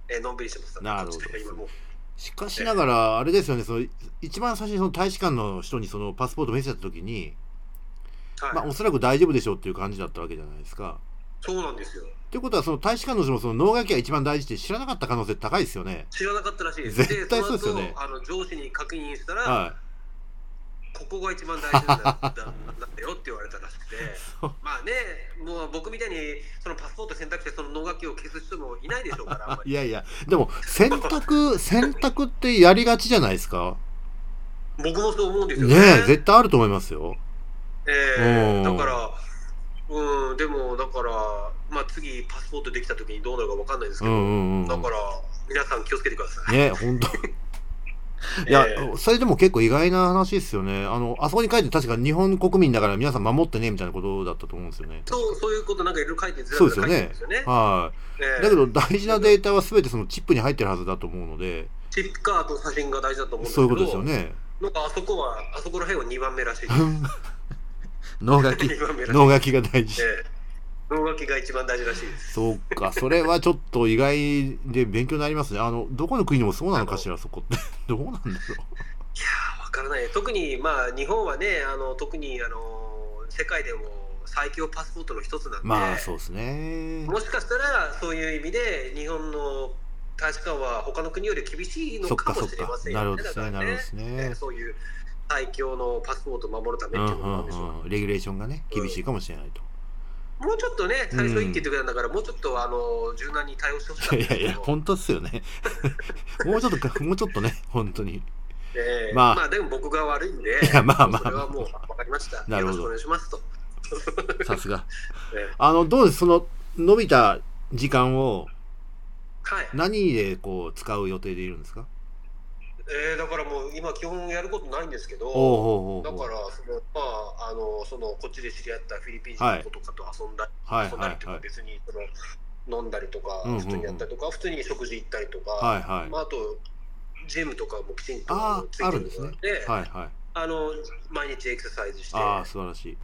Speaker 2: えーのんびりしてます
Speaker 1: なるほど
Speaker 2: 今もう
Speaker 1: しかしながら、あれですよね、その一番最初にその大使館の人にそのパスポートを見せたときに、
Speaker 2: はい
Speaker 1: まあ、おそらく大丈夫でしょうっていう感じだったわけじゃないですか。
Speaker 2: そうなんですよ
Speaker 1: ということは、その大使館の人もその脳書きが一番大事って知らなかった可能性高いですよね。
Speaker 2: 知らなかったらしいです
Speaker 1: 絶対そうですよね
Speaker 2: その後あの上司に確認したら、
Speaker 1: は
Speaker 2: ここが一番大事なんだだだよって言われたらしくて
Speaker 1: そう
Speaker 2: まあねもう僕みたいにそのパスポート選択してその能書きを消す人もいないでしょうからあんま
Speaker 1: い。
Speaker 2: り
Speaker 1: いやいや、でも、選 択、選択ってやりがちじゃないですか。
Speaker 2: 僕もそう思うんですよ
Speaker 1: ね
Speaker 2: ね
Speaker 1: え、絶対あると思いますよ。
Speaker 2: え
Speaker 1: うん
Speaker 2: ーだからうんでもだからまあ次パスポートできた時にどうなるかわかんないです
Speaker 1: う
Speaker 2: け
Speaker 1: ん
Speaker 2: ど、
Speaker 1: うんうん
Speaker 2: だか
Speaker 1: う
Speaker 2: ら皆さん気をつけてくださ
Speaker 1: ん。
Speaker 2: い、
Speaker 1: ねえ、本 当。いや
Speaker 2: えー、
Speaker 1: それでも結構意外な話ですよね。あの、あそこに書いて確か日本国民だから皆さん守ってね、みたいなことだったと思うんですよね。
Speaker 2: そうそういうことなんかいろいろ書いてずら
Speaker 1: そう
Speaker 2: ず
Speaker 1: です
Speaker 2: ら
Speaker 1: よ
Speaker 2: 書いてるん
Speaker 1: ね
Speaker 2: ですよね。
Speaker 1: はい。
Speaker 2: えー
Speaker 1: だけど大事なデータは全てそのチップに入ってるはずだと思うので、
Speaker 2: チップカーと写真が大事だと思うんですけ
Speaker 1: そういう
Speaker 2: ど
Speaker 1: ことですよね。
Speaker 2: なんかあそこはあそこら辺は2番目らしいです
Speaker 1: 脳 書き、
Speaker 2: 2番目らしい
Speaker 1: 脳書きが大事。
Speaker 2: ええ能書きが一番大事らしいです
Speaker 1: そうか、それはちょっと意外で勉強になりますね。あの、どこの国でもそうなのかしら、そこって。 どうなんだろ
Speaker 2: いやーわからない特にまあ日本はねあの特にあの世界でも最強パスポートの一つなん
Speaker 1: う。
Speaker 2: で、
Speaker 1: まあ、そうですね。
Speaker 2: もしかしたらそういう意味で日本の大使館は他の国より厳しい
Speaker 1: そ
Speaker 2: の
Speaker 1: っか
Speaker 2: か
Speaker 1: そ
Speaker 2: も
Speaker 1: っ
Speaker 2: しれ
Speaker 1: か
Speaker 2: ま。せん
Speaker 1: なるほ
Speaker 2: よね
Speaker 1: どで
Speaker 2: だ
Speaker 1: す
Speaker 2: から
Speaker 1: ね。なるほど
Speaker 2: ね
Speaker 1: です
Speaker 2: え
Speaker 1: ね
Speaker 2: え。そういう最強のパスポートを守るため
Speaker 1: う
Speaker 2: っ
Speaker 1: ん
Speaker 2: ていううことなん
Speaker 1: ん
Speaker 2: でしょう、
Speaker 1: うん。レギュレーションがね、厳しいかもしれないと。
Speaker 2: もうちょっとね最初いいって言ってくれたんだから、もうちょっとあの柔軟に対応してほしかったん
Speaker 1: い
Speaker 2: です
Speaker 1: や
Speaker 2: け
Speaker 1: い
Speaker 2: ど
Speaker 1: や、本当っすよね。 もうちょっとか、もうちょっとね、本当に。 い
Speaker 2: ええ
Speaker 1: ま
Speaker 2: ま
Speaker 1: あ
Speaker 2: あ、でも僕が悪いんで、
Speaker 1: や、まあま
Speaker 2: そ
Speaker 1: あ
Speaker 2: れ
Speaker 1: ま
Speaker 2: はもう分かりました。
Speaker 1: な
Speaker 2: よ
Speaker 1: るほ
Speaker 2: ろしく
Speaker 1: ど
Speaker 2: お願いしますと。
Speaker 1: あ、さすが。
Speaker 2: ええ
Speaker 1: あの、どうですその、伸びた時間を
Speaker 2: はい、
Speaker 1: 何でこう、使う予定でいるんですか
Speaker 2: えーだからもう今基本やることないんですけど、
Speaker 1: おうおう
Speaker 2: だ
Speaker 1: おう
Speaker 2: から
Speaker 1: おう
Speaker 2: そのまああのそのこっちで知り合ったフィリピン人の子とかと遊んだり、
Speaker 1: はい
Speaker 2: 遊んだり
Speaker 1: は
Speaker 2: と
Speaker 1: い
Speaker 2: か
Speaker 1: はい。
Speaker 2: 別にその飲んだりとか、
Speaker 1: うんうんうん
Speaker 2: 普通にやったりとか普通に食事行ったりとか、
Speaker 1: はいはい
Speaker 2: まあ、あとジムとかもきちんと
Speaker 1: あー
Speaker 2: ついてるので
Speaker 1: はいはい。
Speaker 2: あの毎日エクササイズして
Speaker 1: ああ、
Speaker 2: あ
Speaker 1: 素晴らしい。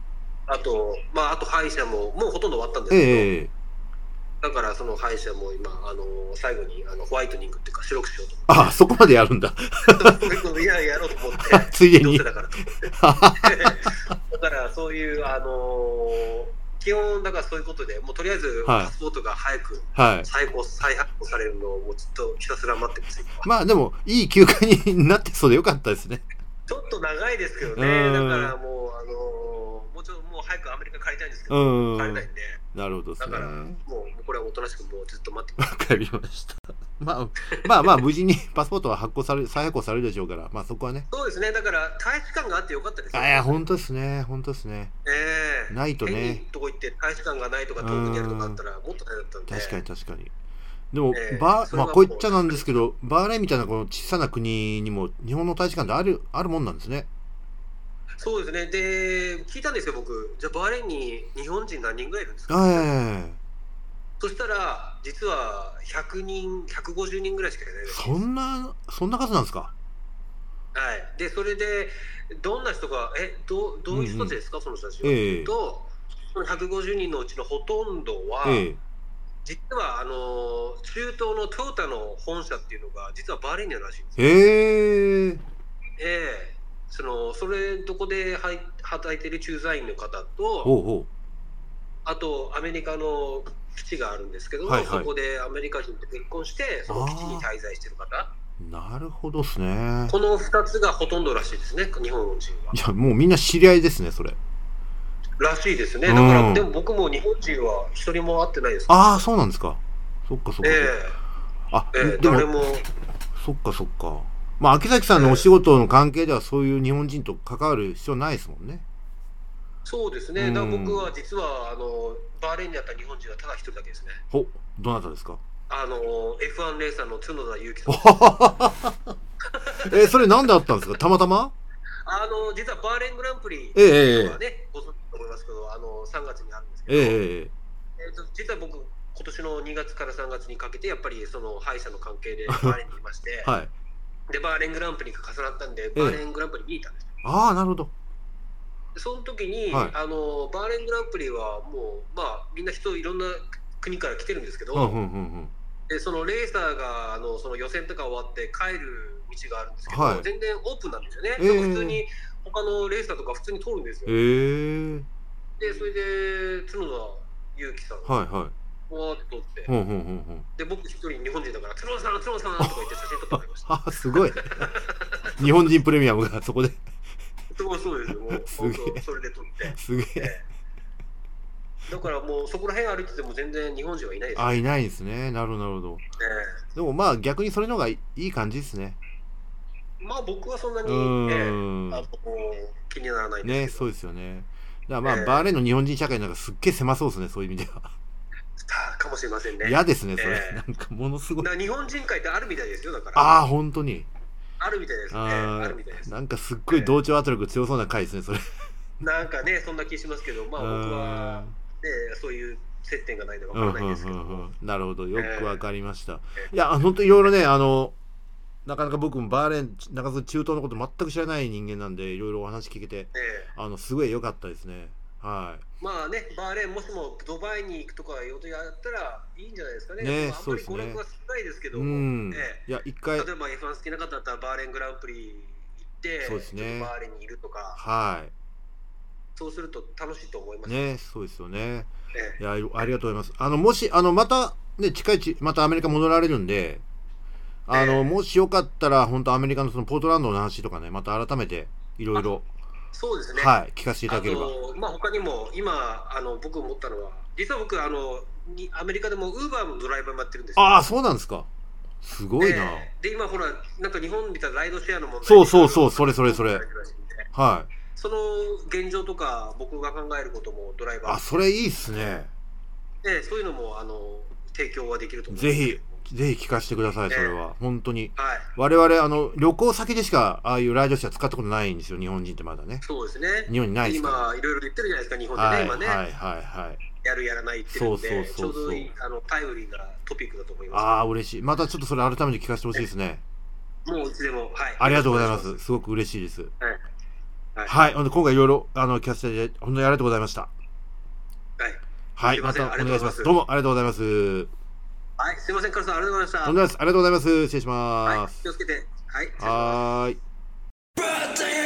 Speaker 2: とまああと歯医者ももうほとんど終わったんです
Speaker 1: え
Speaker 2: け
Speaker 1: え
Speaker 2: ど、
Speaker 1: ええ。
Speaker 2: だからその歯医者も今あの最後にあのホワイトニングっていうか白くしよう と思って
Speaker 1: ああ、そこまでやる んだ。
Speaker 2: いややろうと思って
Speaker 1: ついで
Speaker 2: どう
Speaker 1: に
Speaker 2: せ。だからと思ってだからそういうあの基本だからそういうことでもうとりあえず
Speaker 1: はい
Speaker 2: パスポートが早く
Speaker 1: はい。
Speaker 2: 再考再発行されるのをもうずっとひたすら待ってます今
Speaker 1: まあでも、いい休暇になってそうでよかったですね。
Speaker 2: ちょっと長いですけど
Speaker 1: う
Speaker 2: ね
Speaker 1: ん
Speaker 2: だからもうあのーもうちょっともう早くアメリカ帰りたいんですけ
Speaker 1: う
Speaker 2: ど
Speaker 1: ん。
Speaker 2: 帰
Speaker 1: な
Speaker 2: れない
Speaker 1: る
Speaker 2: ん
Speaker 1: ほ
Speaker 2: で
Speaker 1: どです
Speaker 2: だ
Speaker 1: ね
Speaker 2: か。らもうもうこれはおとなしくもうずっと待って
Speaker 1: わかりました。 まあ、まあまあ、無事にパスポートは発行され、再発行されるでしょうから、まあそこはね。
Speaker 2: そうですねだから大使館があってよかったですよ
Speaker 1: あいや、本当ですね。本当ですね。
Speaker 2: ええ
Speaker 1: ないとね
Speaker 2: 変にとこ行って大使館がないとか遠くにあるとかあったらもっと大変だったんで
Speaker 1: 確かに確かに。でも、
Speaker 2: ええ
Speaker 1: バー、
Speaker 2: それ
Speaker 1: ま
Speaker 2: は
Speaker 1: あ
Speaker 2: もう
Speaker 1: こう言っちゃなんですけど、バーレーンみたいなこの小さな国にも日本の大使館である、あるもんなんですね。
Speaker 2: そうですねで聞いたんですよ僕じゃあバーレーンに日本人何人ぐらいいるんですか
Speaker 1: ええ
Speaker 2: そしたら実は100人150人ぐらいしかいないです
Speaker 1: そんな、そんな数なんですか
Speaker 2: はい、でそれでどんな人がえどうどういう人たちですか、その人たちは、
Speaker 1: ええ
Speaker 2: とその150人のうちのほとんどは、
Speaker 1: ええ
Speaker 2: 実はあのー中東のトヨタの本社っていうのが実はバーレーンにあるらしいんですよ。
Speaker 1: ええ
Speaker 2: ええそのそれどこではい働いてる駐在員の方と
Speaker 1: ほうほ
Speaker 2: あとアメリカの基地があるんですけども、
Speaker 1: はいはい
Speaker 2: そこでアメリカ人と結婚してその基地に滞在してる方
Speaker 1: う。なるほどですね。
Speaker 2: この2つがほとんどらしいですね日本人は。
Speaker 1: いや、もうみんな知り合いですね、それ。
Speaker 2: らしいですね。だから、
Speaker 1: うん
Speaker 2: でも僕も日本人は一人も会ってないです。
Speaker 1: ああ、そうなんですか。そっかそっか。
Speaker 2: え
Speaker 1: あ、
Speaker 2: えええ
Speaker 1: で
Speaker 2: 誰
Speaker 1: も、
Speaker 2: も、
Speaker 1: そっかそっか。まあ、秋崎さんのお仕事の関係では、そういう日本人と関わる必要ないですもんね。
Speaker 2: そうです
Speaker 1: う
Speaker 2: ね。
Speaker 1: ん
Speaker 2: だから僕は実は、あの、バーレーンにあった日本人はただ一人だけですね。
Speaker 1: ほ、どなたですか
Speaker 2: あの、F1 レーサーの角田裕樹さん。
Speaker 1: え、それなんであったんですかたまたま
Speaker 2: あの、実はバーレーングランプリ
Speaker 1: えええ
Speaker 2: はね、ご存知だと思いますけど、あの、3月にあるんですけ
Speaker 1: え
Speaker 2: ど、
Speaker 1: え
Speaker 2: え
Speaker 1: え
Speaker 2: っと実は僕、今年の2月から3月にかけて、やっぱりその歯医者の関 係でバーレーンにいまして、
Speaker 1: はい。
Speaker 2: で、バーレーングランプリが重なったんで、バーレーングランプリにいたんです。
Speaker 1: ああ、なるほど。
Speaker 2: その時に、
Speaker 1: はい
Speaker 2: あのバーレングランプリはもうまあみんな人いろんな国から来てるんですけど、
Speaker 1: うんうんうんうん。
Speaker 2: でそのレーサーがあのその予選とか終わって帰る道があるんですけど、
Speaker 1: はい
Speaker 2: 全然オープンなんですよね、
Speaker 1: ええ
Speaker 2: なんか普通に他のレーサーとか普通に通るんですよ、
Speaker 1: ええ
Speaker 2: でそれで角田裕樹さんわ
Speaker 1: はいは
Speaker 2: ーっと撮って、
Speaker 1: い。うんうんうんうん。
Speaker 2: で僕一人日本人だから「角田さん角田さん」とか言って写真撮ってもらいま した
Speaker 1: ああ、すご い。日本人プレミアムがそこで。
Speaker 2: そうそうですよもう
Speaker 1: すげえ
Speaker 2: 本当それで撮って
Speaker 1: すげえ。
Speaker 2: だからもうそこら辺歩いてても全然日本人はいないですよ
Speaker 1: あ、
Speaker 2: ね、
Speaker 1: いないんですね。なるほど、なるほど。でもまあ逆にそれの方がいい感じですね。
Speaker 2: まあ僕はそんな
Speaker 1: う
Speaker 2: に、ええ
Speaker 1: ーん。
Speaker 2: あの気にならない
Speaker 1: ね、
Speaker 2: ですけ
Speaker 1: そ
Speaker 2: ど、
Speaker 1: うですよね。だからまあ、
Speaker 2: ええ
Speaker 1: バーレーンの日本人社会なんかすっげえ狭そうですね、そういう意味では。
Speaker 2: あかもしれませんね。
Speaker 1: 嫌ですね、それ。
Speaker 2: ええ
Speaker 1: なんかものすご
Speaker 2: だ
Speaker 1: い。
Speaker 2: から日本人会ってあるみたいですよ、だから。
Speaker 1: ああ、本当に。
Speaker 2: あるみたいですね。
Speaker 1: あ
Speaker 2: あるみたいで
Speaker 1: あ、
Speaker 2: す。
Speaker 1: なんかすっごい同調圧力強そうな回ですね、それ。
Speaker 2: なんかね、そんな気しますけど、まあ僕は、ね、そういう接点がないんでわ
Speaker 1: う
Speaker 2: か
Speaker 1: んう
Speaker 2: ら
Speaker 1: ん
Speaker 2: な
Speaker 1: う
Speaker 2: いん
Speaker 1: ん
Speaker 2: ですけど。
Speaker 1: うんなるほど、よくわかりました
Speaker 2: え。
Speaker 1: いや、本当いろいろね、あの、なかなか僕もバーレーン、なかなか中東のこと全く知らない人間なんで、いろいろお話聞けて、
Speaker 2: ええ
Speaker 1: あの、すごい良かったですね。はい。
Speaker 2: まあね、バーレーン、もしもドバイに行くとか予定あったらいいんじゃないですかね。
Speaker 1: ね
Speaker 2: まあ、あん
Speaker 1: そ
Speaker 2: ま
Speaker 1: う
Speaker 2: り
Speaker 1: です
Speaker 2: 娯
Speaker 1: ね
Speaker 2: 楽は少ないですけど
Speaker 1: う
Speaker 2: も、
Speaker 1: ん
Speaker 2: え。
Speaker 1: いや、一
Speaker 2: え
Speaker 1: 回、
Speaker 2: 例えば F1 好きな方だったらバーレーングランプリ行って、
Speaker 1: そうですね
Speaker 2: ちょっとバーレーンにいるとか、
Speaker 1: は
Speaker 2: そうすると楽しいと思いま
Speaker 1: い。
Speaker 2: す。
Speaker 1: ね、そうですよね。
Speaker 2: ええ
Speaker 1: いや、ありがとうございます。あの、もし、あの、また、ね、近いうち、またアメリカ戻られるんで、あの、
Speaker 2: ええ
Speaker 1: もしよかったら、本当アメリカのそのポートランドの話とかね、また改めて、いろいろ、
Speaker 2: そうですね。
Speaker 1: はい、聞かせていただければ。
Speaker 2: あと、まあ、他にも今あの僕思ったのは実は僕あのにアメリカでもウーバーのドライバーもやってるんですよ
Speaker 1: ああ、そうなんですか。すごいな。
Speaker 2: ええで今ほらなんか日本みたいなライドシェアの問題
Speaker 1: そうそうそうそれそれそれはい。
Speaker 2: その現状とか僕が考えることもドライバ
Speaker 1: あ、
Speaker 2: ー
Speaker 1: それいいっすね。
Speaker 2: で、そういうのもあの提供はできると思うんで
Speaker 1: ぜ
Speaker 2: すけど
Speaker 1: ひ、ぜひ聞かせてください、それは。本当に。
Speaker 2: はい
Speaker 1: 我々、あの、旅行先でしか、ああいうライドシェア使ったことないんですよ、日本人ってまだね。
Speaker 2: そうですね
Speaker 1: 日本にないですか
Speaker 2: 今いろいろ言ってるじゃないですか日本
Speaker 1: ら。
Speaker 2: で
Speaker 1: はい、
Speaker 2: ね、
Speaker 1: は
Speaker 2: 今
Speaker 1: い、
Speaker 2: ね、
Speaker 1: はい、はい。
Speaker 2: やるやらない言ってるんで
Speaker 1: そうそうそうそう
Speaker 2: ちょうどいいあのタイムリーなトピックだと思います
Speaker 1: ああ、嬉しい。またちょっとそれ改めて聞かせてほしいですね。
Speaker 2: もういつでもはい
Speaker 1: ありがとうございます。すごく嬉しいです。
Speaker 2: はい、
Speaker 1: はい。ほんで今回いろいろ、あの、聞かせていただいて、本当にありがとうございました。
Speaker 2: はい
Speaker 1: はい。
Speaker 2: すい
Speaker 1: ま
Speaker 2: ません
Speaker 1: たお
Speaker 2: ありが
Speaker 1: 願
Speaker 2: と
Speaker 1: いうしま。
Speaker 2: ございますす
Speaker 1: どうもありがとうございます。
Speaker 2: はい、すみません、カルさん、ありがとうござ
Speaker 1: とん
Speaker 2: いまし。
Speaker 1: でもないです。ありがとうございます。失礼した
Speaker 2: は
Speaker 1: ま
Speaker 2: い、気をつけて。はい、失礼します
Speaker 1: す。はーい。
Speaker 4: birthday